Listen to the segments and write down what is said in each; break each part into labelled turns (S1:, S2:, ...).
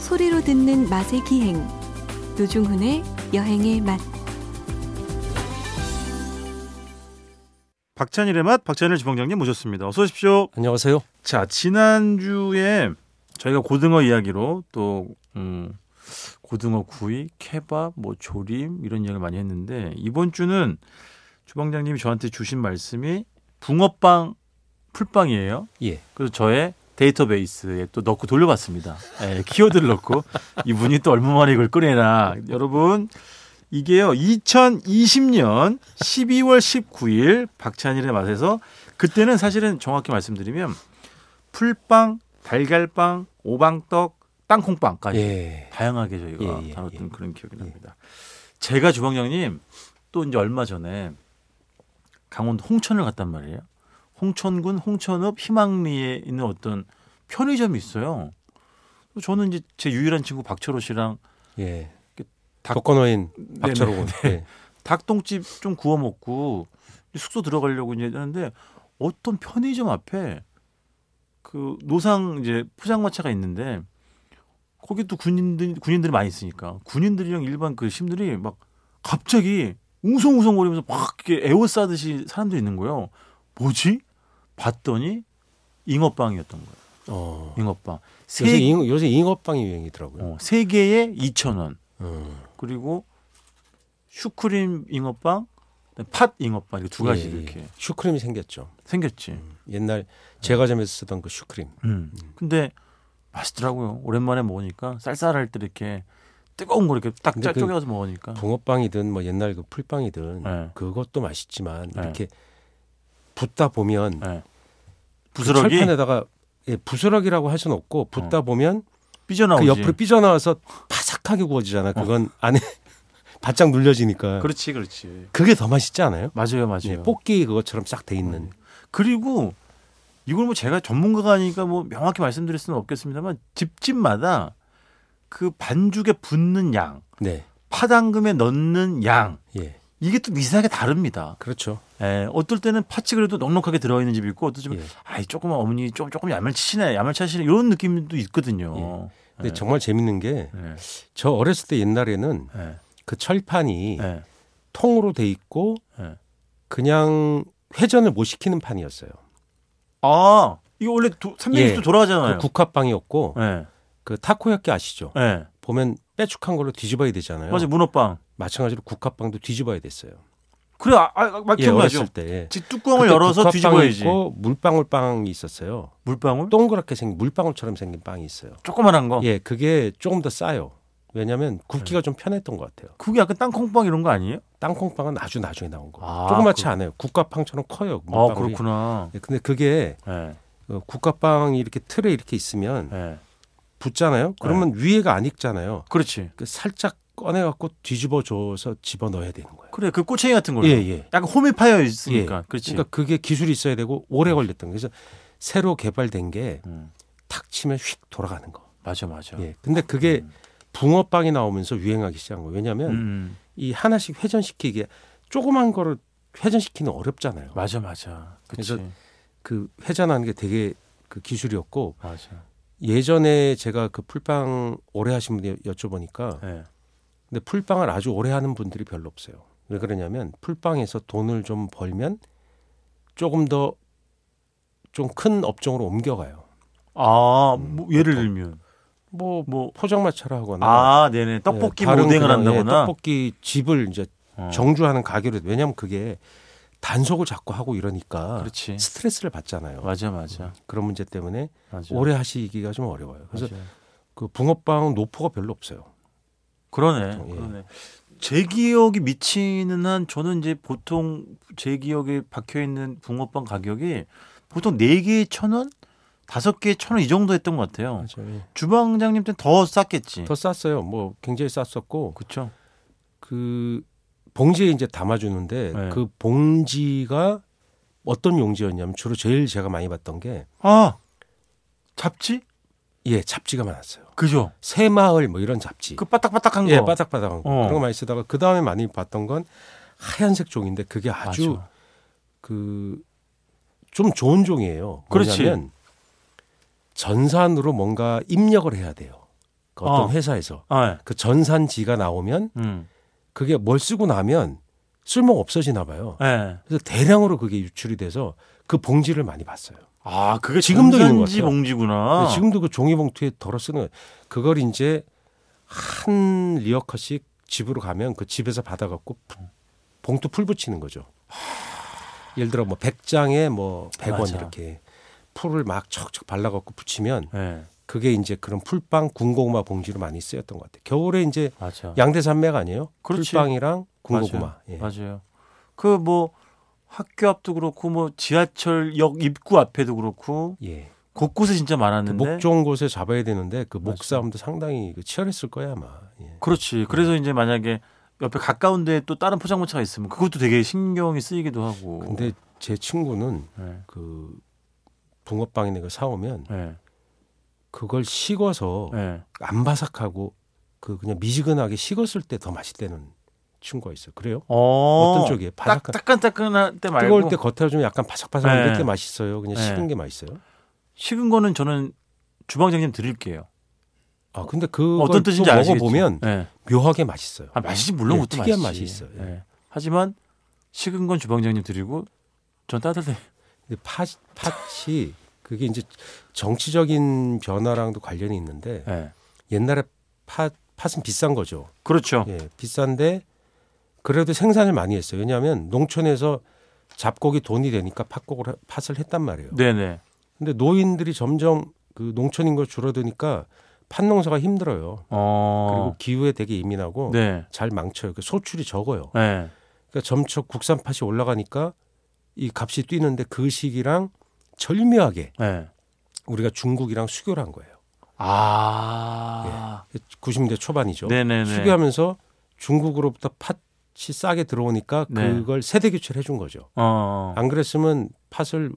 S1: 소리로 듣는 맛의 기행 노중훈의 여행의 맛
S2: 박찬일의 맛 박찬일 주방장님 모셨습니다. 어서 오십시오.
S3: 안녕하세요.
S2: 자 지난주에 저희가 고등어 이야기로 또 음, 고등어 구이, 케밥, 뭐 조림 이런 이야기를 많이 했는데 이번 주는 주방장님이 저한테 주신 말씀이 붕어빵 풀빵이에요.
S3: 예.
S2: 그래서 저의 데이터베이스에 또 넣고 돌려봤습니다. 예, 키워드를 넣고 이분이 또 얼마만에 이걸 꺼내나 여러분 이게요 2020년 12월 19일 박찬일의 맛에서 그때는 사실은 정확히 말씀드리면 풀빵, 달걀빵, 오방떡, 땅콩빵까지
S3: 예.
S2: 다양하게 저희가
S3: 예, 예,
S2: 다뤘던 그런 기억이
S3: 예.
S2: 납니다. 제가 주방장님 또 이제 얼마 전에 강원도 홍천을 갔단 말이에요. 홍천군 홍천읍 희망리에 있는 어떤 편의점이 있어요. 저는 이제 제 유일한 친구 박철호 씨랑
S3: 예.
S2: 그 닭-
S3: 독거노인 박철호군. 예.
S2: 닭똥집 좀 구워 먹고 숙소 들어가려고 이제 하는데 어떤 편의점 앞에 그 노상 이제 포장마차가 있는데 거기 또 군인들 군인들이 많이 있으니까 군인들이랑 일반 그 시민들이 막 갑자기 웅성웅성거리면서 막 이렇게 에워싸듯이 사람들이 있는 거예요. 뭐지? 봤더니 잉어빵이었던 거예요.
S3: 어.
S2: 잉어빵
S3: 요새,
S2: 세,
S3: 잉, 요새 잉어빵이 유행이더라고요.
S2: 어, 세 개에 2천 원.
S3: 음.
S2: 그리고 슈크림 잉어빵, 그다음에 팥 잉어빵 이렇게 두 가지
S3: 예, 음. 예.
S2: 이렇게 음. 네.
S3: 슈크림이 생겼죠.
S2: 생겼지.
S3: 옛날 제과점에서 쓰던 그 슈크림.
S2: 음. 근데 맛있더라고요. 오랜만에 먹으니까 쌀쌀할 때 이렇게 뜨거운 거 이렇게 딱
S3: 근데
S2: 짜-
S3: 그
S2: 쪼개서 먹으니까.
S3: 붕어빵이든 뭐 옛날 그 풀빵이든
S2: 예.
S3: 그것도 맛있지만
S2: 네.
S3: 이렇게 붓다 보면
S2: 예.
S3: 그
S2: 부스러기 네.
S3: 철판에다가 예, 부스러기라고 할 수는 없고 붓다 보면
S2: 삐져나오지. 어.
S3: 그 옆으로 삐져나와서 바삭하게 구워지잖아. 그건 안에 바짝 눌려지니까.
S2: 그렇지, 그렇지.
S3: 그게 더 맛있지 않아요?
S2: 맞아요, 맞아요. 어.
S3: 예, 뽑기 그것처럼 싹 돼 있는.
S2: 그리고 이걸 뭐 제가 전문가가 아니니까 뭐 명확히 말씀드릴 수는 없겠습니다만 집집마다 그 반죽에 붓는 양,
S3: 네.
S2: 파당금에 넣는 양
S3: 예.
S2: 이게 또 미세하게 다릅니다.
S3: 그렇죠.
S2: 예, 어떨 때는 팥이 그래도 넉넉하게 들어있는 집이 있고 어떨 때는
S3: 예.
S2: 아이 조금만 어머니 좀 조금 야멸치시네 야멸차시네 이런 느낌도 있거든요.
S3: 근데
S2: 예.
S3: 정말 재밌는 게 저
S2: 예,
S3: 어렸을 때 옛날에는
S2: 예,
S3: 그 철판이
S2: 예,
S3: 통으로 돼 있고
S2: 예.
S3: 그냥 회전을 못 시키는 판이었어요.
S2: 아 이거 원래 도, 360도
S3: 예.
S2: 돌아가잖아요.
S3: 그 국화빵이었고
S2: 예,
S3: 그 타코야끼 아시죠?
S2: 예.
S3: 보면 빼죽한 걸로 뒤집어야 되잖아요.
S2: 맞아 요 문어빵.
S3: 마찬가지로 국화빵도 뒤집어야 됐어요.
S2: 그래 아, 아, 아
S3: 예,
S2: 기억나죠?
S3: 어렸을 때. 예.
S2: 즉 뚜껑을
S3: 그때
S2: 열어서
S3: 국화빵이
S2: 뒤집어야지.
S3: 있고 물방울빵이 있었어요.
S2: 물방울?
S3: 동그랗게 생긴 물방울처럼 생긴 빵이 있어요.
S2: 조그만한 거.
S3: 예, 그게 조금 더 싸요. 왜냐하면 굽기가
S2: 음.
S3: 좀 편했던 것 같아요.
S2: 그게 약간 땅콩빵 이런 거 아니에요?
S3: 땅콩빵은 아주 나중에 나온 거.
S2: 아,
S3: 요 조그맣지
S2: 그-
S3: 않아요. 국화빵처럼 커요.
S2: 아
S3: 물방울이.
S2: 그렇구나.
S3: 예, 근데 그게
S2: 예,
S3: 어, 국화빵이 이렇게 틀에 이렇게 있으면
S2: 예. 네.
S3: 붙잖아요. 그러면 위에가 안 익잖아요.
S2: 그렇지.
S3: 그 살짝 꺼내 갖고 뒤집어 줘서 집어 넣어야 되는 거예요.
S2: 그래 그 꼬챙이 같은 걸로.
S3: 예, 예.
S2: 약간 홈이 파여 있으니까. 그렇지.
S3: 그러니까 그게 기술이 있어야 되고 오래 걸렸던 거예요. 그래서 새로 개발된
S2: 음.
S3: 게 탁 치면 휙 돌아가는 거.
S2: 맞아 맞아.
S3: 예. 근데 그게 붕어빵이 나오면서 유행하기 시작한 거예요. 왜냐하면
S2: 음.
S3: 이 하나씩 회전시키기 조그만 거를 회전시키는 어렵잖아요.
S2: 맞아 맞아.
S3: 그래서
S2: 그치.
S3: 그 회전하는 게 되게 그 기술이었고
S2: 맞아.
S3: 예전에 제가 그 풀빵 오래 하신 분이 여쭤보니까
S2: 예.
S3: 근데 풀빵을 아주 오래 하는 분들이 별로 없어요. 왜 그러냐면 풀빵에서 돈을 좀 벌면 조금 더 좀 큰 업종으로 옮겨가요.
S2: 아, 뭐
S3: 음,
S2: 예를 들면
S3: 뭐,
S2: 뭐
S3: 포장마차를 하거나
S2: 아, 네네 떡볶이
S3: 음. 예, 다른
S2: 모델을
S3: 그냥, 예,
S2: 한다거나
S3: 떡볶이 집을 이제
S2: 어.
S3: 정주하는 가게로 왜냐하면 그게 단속을 자꾸 하고 이러니까
S2: 그렇지.
S3: 스트레스를 받잖아요.
S2: 네. 맞아 맞아
S3: 그런 문제 때문에
S2: 맞아.
S3: 오래 하시기가 좀 어려워요. 그래서
S2: 맞아.
S3: 그 붕어빵 노포가 별로 없어요.
S2: 그러네
S3: 예.
S2: 그러네. 제 기억이 미치는 한 저는 이제 보통 제 기억에 박혀 있는 붕어빵 가격이 보통 네 개에 천 원, 다섯 개에 천 원 이 정도 했던 것 같아요. 네.
S3: 맞아요.
S2: 주방장님 때는 더 쌌겠지.
S3: 더 쌌어요. 뭐 굉장히 쌌었고
S2: 그렇죠.
S3: 그 봉지에 이제 담아주는데
S2: 네.
S3: 그 봉지가 어떤 용지였냐면 주로 제일 제가 많이 봤던 게
S2: 아 잡지?
S3: 예 잡지가 많았어요.
S2: 그죠.
S3: 새마을 뭐 이런 잡지.
S2: 그 바닥바닥한 거.
S3: 예 바닥바닥한 거
S2: 어.
S3: 그런 거 많이 쓰다가 그 다음에 많이 봤던 건 하얀색 종인데 그게 아주
S2: 맞아.
S3: 그 좀 좋은 종이에요.
S2: 그렇지.
S3: 뭐냐면 전산으로 뭔가 입력을 해야 돼요. 그 어떤
S2: 어.
S3: 회사에서
S2: 아,
S3: 그 전산지가 나오면
S2: 예. 음.
S3: 그게 뭘 쓰고 나면 쓸모가 없어지나 봐요.
S2: 예.
S3: 그래서 대량으로 그게 유출이 돼서 그 봉지를 많이 봤어요.
S2: 아, 그게
S3: 지금도 있는 것
S2: 전산지
S3: 같아요.
S2: 네, 봉지구나.
S3: 근데 지금도 그 종이봉투에 덜어 쓰는 거예요. 그걸 이제 한 리어커씩 집으로 가면 그 집에서 받아갖고 부- 봉투 풀 붙이는 거죠. 예를 들어 뭐 100장에 뭐 100원
S2: 맞아.
S3: 이렇게 풀을 막 척척 발라갖고 붙이면
S2: 예.
S3: 그게 이제 그런 풀빵 군고구마 봉지로 많이 쓰였던 것 같아요. 겨울에 이제
S2: 맞아.
S3: 양대산맥 아니에요?
S2: 그렇지.
S3: 풀빵이랑 군고구마.
S2: 맞아요.
S3: 예.
S2: 맞아요. 그 뭐 학교 앞도 그렇고 뭐 지하철역 입구 앞에도 그렇고
S3: 예.
S2: 곳곳에 진짜
S3: 그
S2: 많았는데
S3: 목종 곳에 잡아야 되는데 그
S2: 맞아요.
S3: 목싸움도 상당히 그 치열했을 거예요 아마. 예.
S2: 그렇지. 그래서 이제 만약에 옆에 가까운 데에 또 다른 포장마차가 있으면 그것도 되게 신경이 쓰이기도 하고.
S3: 근데 제 친구는
S2: 예.
S3: 그 붕어빵이나 그 사오면
S2: 예.
S3: 그걸 식어서
S2: 예.
S3: 안 바삭하고 그 그냥 미지근하게 식었을 때 더 맛있다는 친구가 있어. 요 그래요?
S2: 어.
S3: 어떤 쪽이에요?
S2: 딱
S3: 바삭한
S2: 따끈따끈할 때 말고
S3: 뜨거울 때 겉에 좀 약간
S2: 네.
S3: 바삭바삭한 때 맛있어요. 그냥
S2: 네.
S3: 식은 게 맛있어요.
S2: 식은 거는 저는 주방장님 드릴게요.
S3: 아 근데 그
S2: 어떤 뜻인지 아시겠죠?
S3: 먹어보면
S2: 예.
S3: 묘하게 맛있어요.
S2: 아, 맛이지 물론
S3: 예,
S2: 그것도
S3: 특이한
S2: 맛이지.
S3: 맛이 있어요.
S2: 예. 하지만 식은 건 주방장님 드리고 전 따뜻해.
S3: 근데 팥, 팥이 그게 이제 정치적인 변화랑도 관련이 있는데
S2: 예.
S3: 옛날에 팥 팥은 비싼 거죠.
S2: 그렇죠.
S3: 예, 비싼데 그래도 생산을 많이 했어요. 왜냐하면 농촌에서 잡곡이 돈이 되니까 팥곡을 하- 팥을 했단 말이에요.
S2: 네네.
S3: 근데 노인들이 점점 그 농촌 인구 가 줄어드니까 팥 농사가 힘들어요.
S2: 어.
S3: 그리고 기후에 되게 예민하고
S2: 네.
S3: 잘 망쳐요. 그 소출이 적어요.
S2: 네.
S3: 그러니까 점차 국산 팥이 올라가니까 이 값이 뛰는데 그 시기랑 절묘하게
S2: 네.
S3: 우리가 중국이랑 수교를 한 거예요.
S2: 아.
S3: 90년대 초반이죠.
S2: 네네네.
S3: 수교하면서 중국으로부터 팥이 싸게 들어오니까
S2: 네.
S3: 그걸 세대 교체를 해준 거죠.
S2: 어.
S3: 안 그랬으면 팥을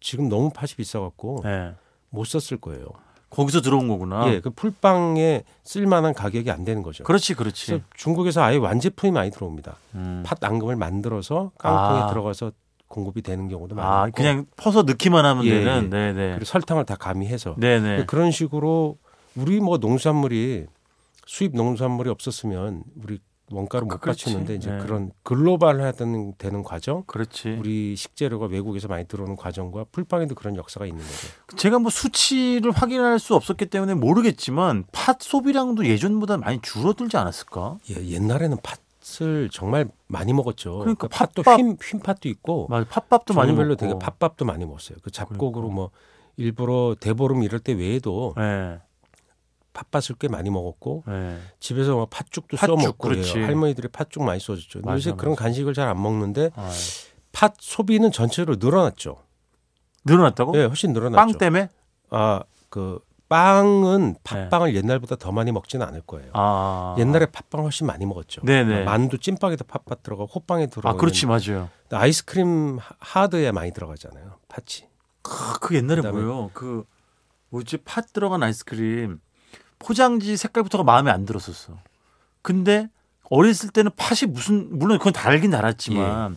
S3: 지금 너무 팥이 비싸갖고
S2: 네.
S3: 못 썼을 거예요.
S2: 거기서 들어온 거구나.
S3: 예, 그 풀빵에 쓸만한 가격이 안 되는 거죠.
S2: 그렇지, 그렇지.
S3: 그래서 중국에서 아예 완제품이 많이 들어옵니다.
S2: 음.
S3: 팥 앙금을 만들어서 깡통에
S2: 아.
S3: 들어가서 공급이 되는 경우도
S2: 아,
S3: 많고,
S2: 그냥 퍼서 넣기만 하면
S3: 예,
S2: 되는.
S3: 예.
S2: 네네.
S3: 그리고 설탕을 다 가미해서
S2: 네네.
S3: 그런 식으로 우리 뭐 농산물이 수입 농산물이 없었으면 우리 원가를 못
S2: 그렇지.
S3: 받치는데 이제
S2: 네.
S3: 그런 글로벌화되는 되는 과정,
S2: 그렇지.
S3: 우리 식재료가 외국에서 많이 들어오는 과정과 풀빵에도 그런 역사가 있는 거죠.
S2: 제가 뭐 수치를 확인할 수 없었기 때문에 모르겠지만 팥 소비량도 예전보다 많이 줄어들지 않았을까?
S3: 예, 옛날에는 팥을 정말 많이 먹었죠.
S2: 그러니까
S3: 팥도
S2: 팥밥.
S3: 흰, 흰 팥도 있고
S2: 맞아, 팥밥도 많이
S3: 종류별로
S2: 먹고.
S3: 되게 팥밥도 많이 먹었어요. 그 잡곡으로
S2: 그러니까.
S3: 뭐 일부러 대보름 이럴 때 외에도
S2: 예,
S3: 팥밭을 꽤 많이 먹었고
S2: 예.
S3: 집에서 막 팥죽도
S2: 팥죽,
S3: 써먹고 그래요.
S2: 그렇지.
S3: 할머니들이 팥죽 많이 써줬죠. 근데
S2: 맞아,
S3: 요새 그런
S2: 맞아.
S3: 간식을 잘 안 먹는데
S2: 아,
S3: 팥 소비는 전체로 늘어났죠.
S2: 늘어났다고?
S3: 예, 훨씬 늘어났죠.
S2: 빵 때문에? 네.
S3: 아, 그 빵은 팥빵을 옛날보다 더 많이 먹지는 않을 거예요.
S2: 아,
S3: 옛날에 팥빵 훨씬 많이 먹었죠. 그러니까
S2: 네네.
S3: 만두 찐빵에도 팥팥 들어가 고 호빵에 들어가.
S2: 아, 그렇지 맞아요.
S3: 아이스크림 하- 하드에 많이 들어가잖아요. 팥이.
S2: 크, 그 옛날에
S3: 그다음에-
S2: 뭐요? 그 뭐지 팥 들어간 아이스크림 포장지 색깔부터가 마음에 안 들었었어. 근데 어렸을 때는 팥이 무슨 물론 그건 달긴 달았지만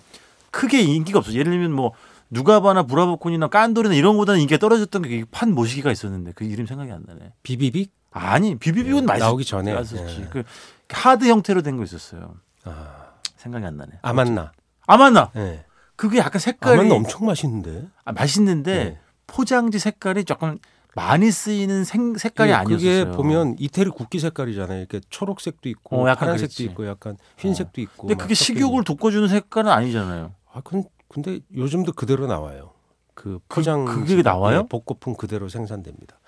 S2: 크게 인기가 없어. 예를 들면 뭐 누가바나 브라보콘이나 깐돌이나 이런 거보다는 인기가 떨어졌던 게 팥 모시기가 있었는데 그 이름 생각이 안 나네.
S3: 비비빅
S2: 아니 비비비곤 많이
S3: 네, 나오기 전에
S2: 썼지.
S3: 예.
S2: 그 하드 형태로 된 거 있었어요.
S3: 아,
S2: 생각이 안 나네.
S3: 아만나.
S2: 아 맞나?
S3: 예.
S2: 그게 약간 색깔이
S3: 아만나 엄청 맛있는데.
S2: 아, 맛있는데
S3: 예.
S2: 포장지 색깔이 조금 많이 쓰이는 생, 색깔이
S3: 예,
S2: 아니었어요.
S3: 그게 보면 이태리 국기 색깔이잖아요. 이렇게 초록색도 있고
S2: 어, 약간
S3: 파란색도
S2: 그랬지. 어.
S3: 있고 약간 흰색도 있고.
S2: 근데
S3: 막
S2: 그게
S3: 섞여
S2: 식욕을
S3: 있는.
S2: 돋궈주는 색깔은 아니잖아요.
S3: 아, 근, 근데 요즘도 그대로 나와요. 그 포장
S2: 그게 나와요?
S3: 예, 복고품 그대로 생산됩니다.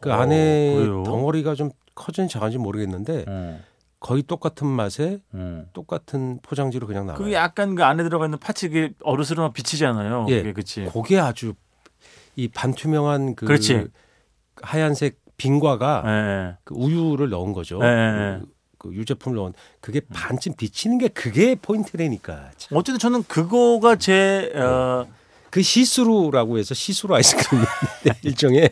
S3: 그
S2: 어,
S3: 안에
S2: 그래요?
S3: 덩어리가 좀 커진지 작은지 모르겠는데
S2: 음,
S3: 거의 똑같은 맛에
S2: 음.
S3: 똑같은 포장지로 그냥 나와요.
S2: 그게 약간 그 안에 들어가 있는 파츠 그게 어르스름한 비치잖아요.
S3: 예.
S2: 그게 그치.
S3: 그게 아주 이 반투명한 그
S2: 네. 그렇지.
S3: 하얀색 빙과가
S2: 예.
S3: 그 우유를 넣은 거죠.
S2: 예.
S3: 그, 그 유제품을 넣은 그게 반쯤 비치는 게 그게 포인트라니까. 참.
S2: 어쨌든 저는 그거가 제 어,
S3: 그 시스루라고 해서 시스루 아이스크림인데 일종의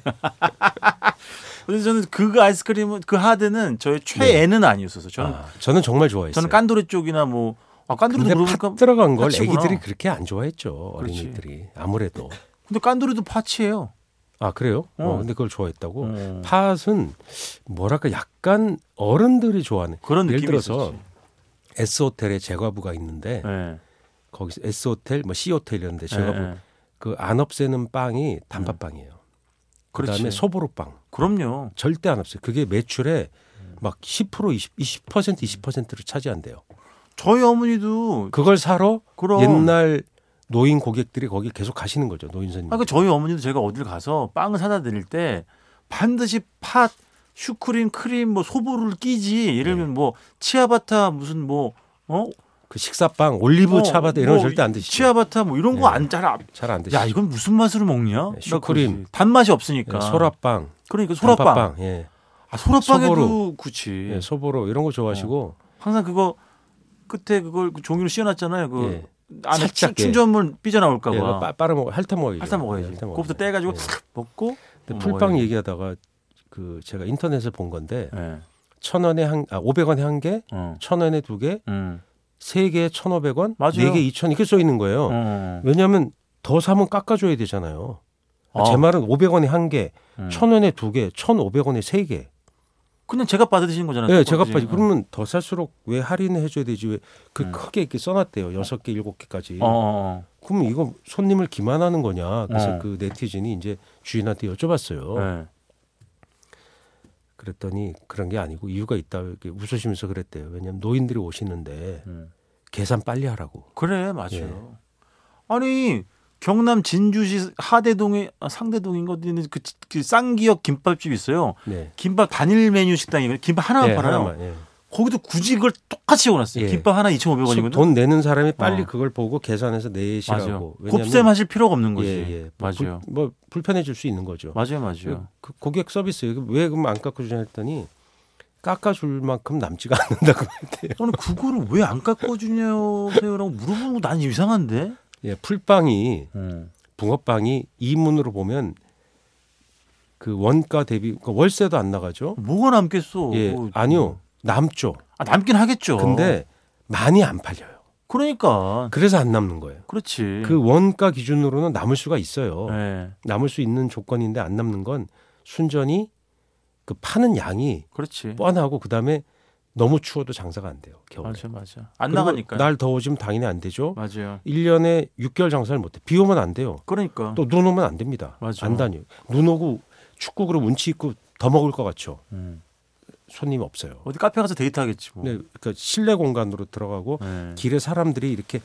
S2: 그래서 저는 그 아이스크림은 그 하드는 저의 최애는 아니었어서 저는
S3: 네. 아, 저는 정말 좋아했어요.
S2: 저는 깐도리 쪽이나 뭐 아, 깐도리도
S3: 근데
S2: 그러니까
S3: 팥 들어간 걸
S2: 팥이구나.
S3: 애기들이 그렇게 안 좋아했죠.
S2: 그렇지.
S3: 어린이들이 아무래도
S2: 근데 깐도리도 파츠예요.
S3: 아 그래요? 어,
S2: 어.
S3: 근데 그걸 좋아했다고?
S2: 어.
S3: 팥은 뭐랄까 약간 어른들이 좋아하는
S2: 그런
S3: 예를
S2: 느낌이
S3: 들어서
S2: 있었지.
S3: S 호텔에 제과부가 있는데
S2: 예.
S3: 거기서 S 호텔 뭐 C 호텔 이런데 제과부
S2: 예, 예.
S3: 그 안 없애는 빵이 단팥빵이에요. 그다음에
S2: 그렇지.
S3: 소보로빵
S2: 그럼요.
S3: 절대 안 없어요. 그게 매출에 막 10% 20 20% 20%를 차지한대요.
S2: 저희 어머니도
S3: 그걸 사러
S2: 그럼
S3: 옛날 노인 고객들이 거기 계속 가시는 거죠. 노인선님.
S2: 그러니까 저희 어머니도 제가 어딜 가서 빵을 사다 드릴 때 반드시 팥, 슈크림, 크림, 뭐 소보를 끼지. 예를
S3: 네.
S2: 들면 뭐 치아바타 무슨 뭐 어?
S3: 그 식사빵 올리브
S2: 어,
S3: 차바다 이런 거
S2: 뭐
S3: 절대 안 드시죠.
S2: 치아바타 뭐 이런
S3: 네.
S2: 거안잘야
S3: 잘 안 드시죠.
S2: 이건 무슨 맛으로 먹냐?
S3: 네, 슈크림.
S2: 그러지. 단맛이 없으니까.
S3: 예, 소라빵,
S2: 그러니까 소라빵.
S3: 단팥빵, 예,
S2: 아, 소라빵에도
S3: 소보루.
S2: 그치.
S3: 예, 소보로 이런 거 좋아하시고
S2: 항상 그거 끝에 그걸 그 종이로 씌워놨잖아요. 그
S3: 예.
S2: 안에 충-
S3: 살짝,
S2: 충전물 삐져나올까
S3: 예, 그거
S2: 봐.
S3: 빠, 빠르 먹 핥아 먹어야죠.
S2: 핥아 먹어야지.
S3: 핥아 먹어요.
S2: 그거부터 떼가지고
S3: 예.
S2: 싹 먹고.
S3: 근데
S2: 먹어야지.
S3: 풀빵 얘기하다가 그 제가 인터넷에 본 건데
S2: 예.
S3: 천 원에 한, 아 오백 원에 한 개,
S2: 어.
S3: 천 원에 두 개,
S2: 음.
S3: 세 개에 천 오백 원,
S2: 맞아요.
S3: 네 개에 이천 이렇게 써 있는 거예요.
S2: 어.
S3: 왜냐하면 더 사면 깎아줘야 되잖아요. 그러니까 제
S2: 아,
S3: 말은 오백 원에 한 개,
S2: 음.
S3: 천 원에 두 개, 천 오백 원에 세 개.
S2: 그냥 제가 받으시는 거잖아요.
S3: 예,
S2: 똑같이.
S3: 제가 빠지.
S2: 어.
S3: 그러면 더 살수록 왜 할인을 해줘야 되지? 왜 그
S2: 음.
S3: 크게 이렇게 써놨대요. 여섯 개, 일곱 개까지.
S2: 어, 어, 어.
S3: 그럼 이거 손님을 기만하는 거냐? 그래서
S2: 어.
S3: 그 네티즌이 이제 주인한테 여쭤봤어요.
S2: 예.
S3: 그랬더니 그런 게 아니고 이유가 있다 이렇게 웃으시면서 그랬대요. 왜냐하면 노인들이 오시는데
S2: 음.
S3: 계산 빨리 하라고.
S2: 그래 맞아요.
S3: 예.
S2: 아니 경남 진주시 하대동에 아, 상대동인 것 있는 그, 그 쌍기역 김밥집 있어요.
S3: 네.
S2: 김밥 단일 메뉴 식당이거든요. 김밥 하나만
S3: 예,
S2: 팔아요.
S3: 하나만, 예.
S2: 거기도 굳이 그걸 똑같이 해놨어요.
S3: 예.
S2: 김밥 하나 2,500원이거든요.
S3: 돈 내는 사람이 빨리
S2: 어.
S3: 그걸 보고 계산해서 내시라고.
S2: 맞아요.
S3: 왜냐면-
S2: 곱셈하실 필요가 없는 거지.
S3: 예, 예. 뭐 불-
S2: 맞아요.
S3: 뭐 불편해질 수 있는 거죠.
S2: 맞아요, 맞아요.
S3: 그 고객 서비스 이거 왜 그럼 안 깎아주냐 했더니 깎아줄 만큼 남지가 않는다고 했대요.
S2: 아니 그거를 왜 안 깎아주냐고요라고 물어보는 거 난 이상한데.
S3: 예, 풀빵이
S2: 음.
S3: 붕어빵이 이문으로 보면 그 원가 대비 그러니까 월세도 안 나가죠.
S2: 뭐가 남겠어?
S3: 예,
S2: 뭐,
S3: 아니요 남죠.
S2: 아, 남긴 하겠죠.
S3: 근데 많이 안 팔려요.
S2: 그러니까
S3: 그래서 안 남는 거예요.
S2: 그렇지.
S3: 그 원가 기준으로는 남을 수가 있어요.
S2: 예,
S3: 남을 수 있는 조건인데 안 남는 건 순전히 그 파는 양이
S2: 그렇지.
S3: 뻔하고 그다음에 너무 추워도 장사가 안 돼요. 겨울에.
S2: 맞아, 맞아. 안
S3: 그리고
S2: 나가니까.
S3: 날 더워지면 당연히 안 되죠.
S2: 맞아요.
S3: 일년에 6개월 장사를 못 해. 비 오면 안 돼요.
S2: 그러니까.
S3: 또 눈 오면 안 됩니다.
S2: 맞아.
S3: 안 다녀요. 눈 오고 축구 그럼 운치 있고 더 먹을 것 같죠.
S2: 음.
S3: 손님 없어요.
S2: 어디 카페 가서 데이트 하겠지 뭐.
S3: 네, 그러니까 실내 공간으로 들어가고
S2: 예.
S3: 길에 사람들이 이렇게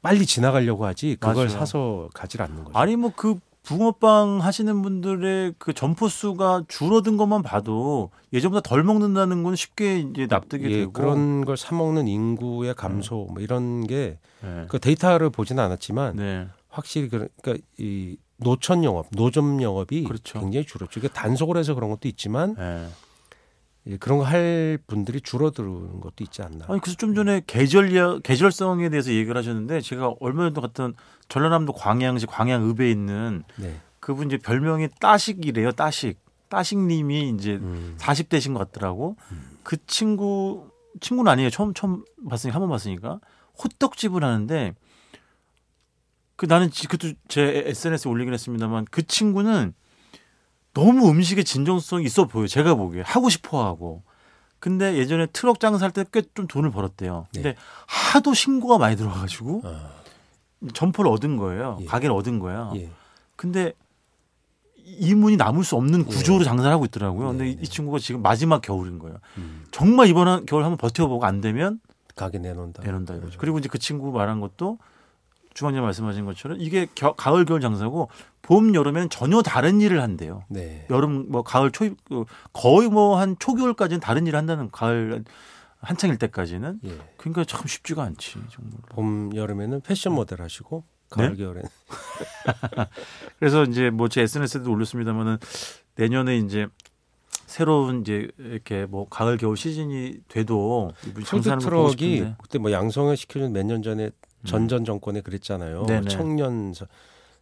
S3: 빨리 지나가려고 하지 그걸
S2: 맞아요.
S3: 사서 가질 않는 거죠.
S2: 아니 뭐 그 붕어빵 하시는 분들의 그 점포 수가 줄어든 것만 봐도 예전보다 덜 먹는다는 건 쉽게 이제 납득이
S3: 예,
S2: 되고.
S3: 그런 걸 사 먹는 인구의 감소 뭐 이런 게
S2: 예.
S3: 그 데이터를 보지는 않았지만
S2: 네.
S3: 확실히 그런- 그러니까 이 노천 영업, 노점 영업이
S2: 그렇죠.
S3: 굉장히 줄었죠. 이게 단속을 해서 그런 것도 있지만
S2: 예.
S3: 예, 그런 거 할 분들이 줄어드는 것도 있지 않나.
S2: 아니 그래서 좀 전에 계절 이야- 계절성에 대해서 얘기를 하셨는데 제가 얼마 전에 갔던 전라남도 광양시 광양읍에 있는
S3: 네.
S2: 그분 이제 별명이 따식이래요. 따식. 따식님이 이제
S3: 음.
S2: 40대신 것 같더라고. 그 친구 친구는 아니에요. 처음 처음 봤으니까 한 번 봤으니까 호떡집을 하는데 그 나는 지- 그것도 제 SNS에 올리긴 했습니다만 그 친구는 너무 음식의 진정성이 있어 보여. 요 제가 보기에 하고 싶어 하고. 근데 예전에 트럭 장사할 때 꽤 좀 돈을 벌었대요. 근데 하도 신고가 많이 들어와가지고
S3: 아,
S2: 점포를 얻은 거예요.
S3: 예.
S2: 가게를 얻은 거예요.
S3: 예.
S2: 근데 이문이 남을 수 없는 구조로 장사를 하고 있더라고요. 근데
S3: 네,
S2: 이-
S3: 네.
S2: 이 친구가 지금 마지막 겨울인 거예요.
S3: 음,
S2: 정말 이번 한- 겨울 한번 버텨보고 안 되면
S3: 가게 내놓는다.
S2: 내놓는다 이거죠. 그리고 이제 그 친구 말한 것도 주원님 말씀하신 것처럼 이게 겨- 가을 겨울 장사고 봄 여름에는 전혀 다른 일을 한대요.
S3: 네.
S2: 여름 뭐 가을 초 그, 거의 뭐 한 초겨울까지는 다른 일을 한다는 가을 한창일 때까지는
S3: 예.
S2: 그러니까 참 쉽지가 않지 정말.
S3: 봄 여름에는 패션 모델 하시고 가을
S2: 네?
S3: 겨울에는
S2: 그래서 이제 뭐 제 SNS에도 올렸습니다만은 내년에 이제 새로운 이제 이렇게 뭐 가을 겨울 시즌이 돼도 이분
S3: 푸드
S2: 장사하는 거 보고
S3: 트럭이
S2: 싶은데. 음.
S3: 그때 뭐 양성을 시켜준 몇 년 전에 전전 정권에 그랬잖아요.
S2: 네네.
S3: 청년 서-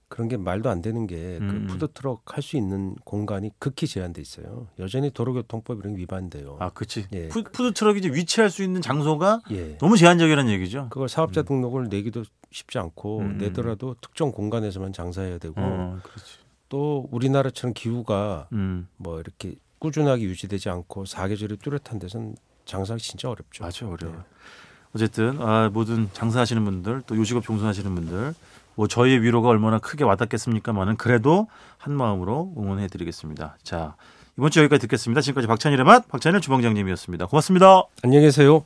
S3: 그런 게 말도 안 되는 게 그
S2: 음.
S3: 푸드 트럭 할 수 있는 공간이 극히 제한돼 있어요. 여전히 도로교통법 이런 게 위반돼요.
S2: 아, 그렇지.
S3: 예.
S2: 푸, 드 트럭이 이제 위치할 수 있는 장소가
S3: 예.
S2: 너무 제한적이라는 얘기죠.
S3: 그걸 사업자 등록을 내기도 쉽지 않고
S2: 음.
S3: 내더라도 특정 공간에서만 장사해야 되고
S2: 어, 그렇지.
S3: 또 우리나라처럼 기후가
S2: 음.
S3: 뭐 이렇게 꾸준하게 유지되지 않고 사계절이 뚜렷한 데선 장사가 진짜 어렵죠. 네.
S2: 맞아요, 어려워. 요 어쨌든 아, 모든 장사하시는 분들 또 요식업 종사하시는 분들 뭐 저희의 위로가 얼마나 크게 와닿겠습니까만은 그래도 한 마음으로 응원해드리겠습니다. 자 이번 주 여기까지 듣겠습니다. 지금까지 박찬일의 맛 박찬일 주방장님이었습니다. 고맙습니다.
S3: 안녕히 계세요.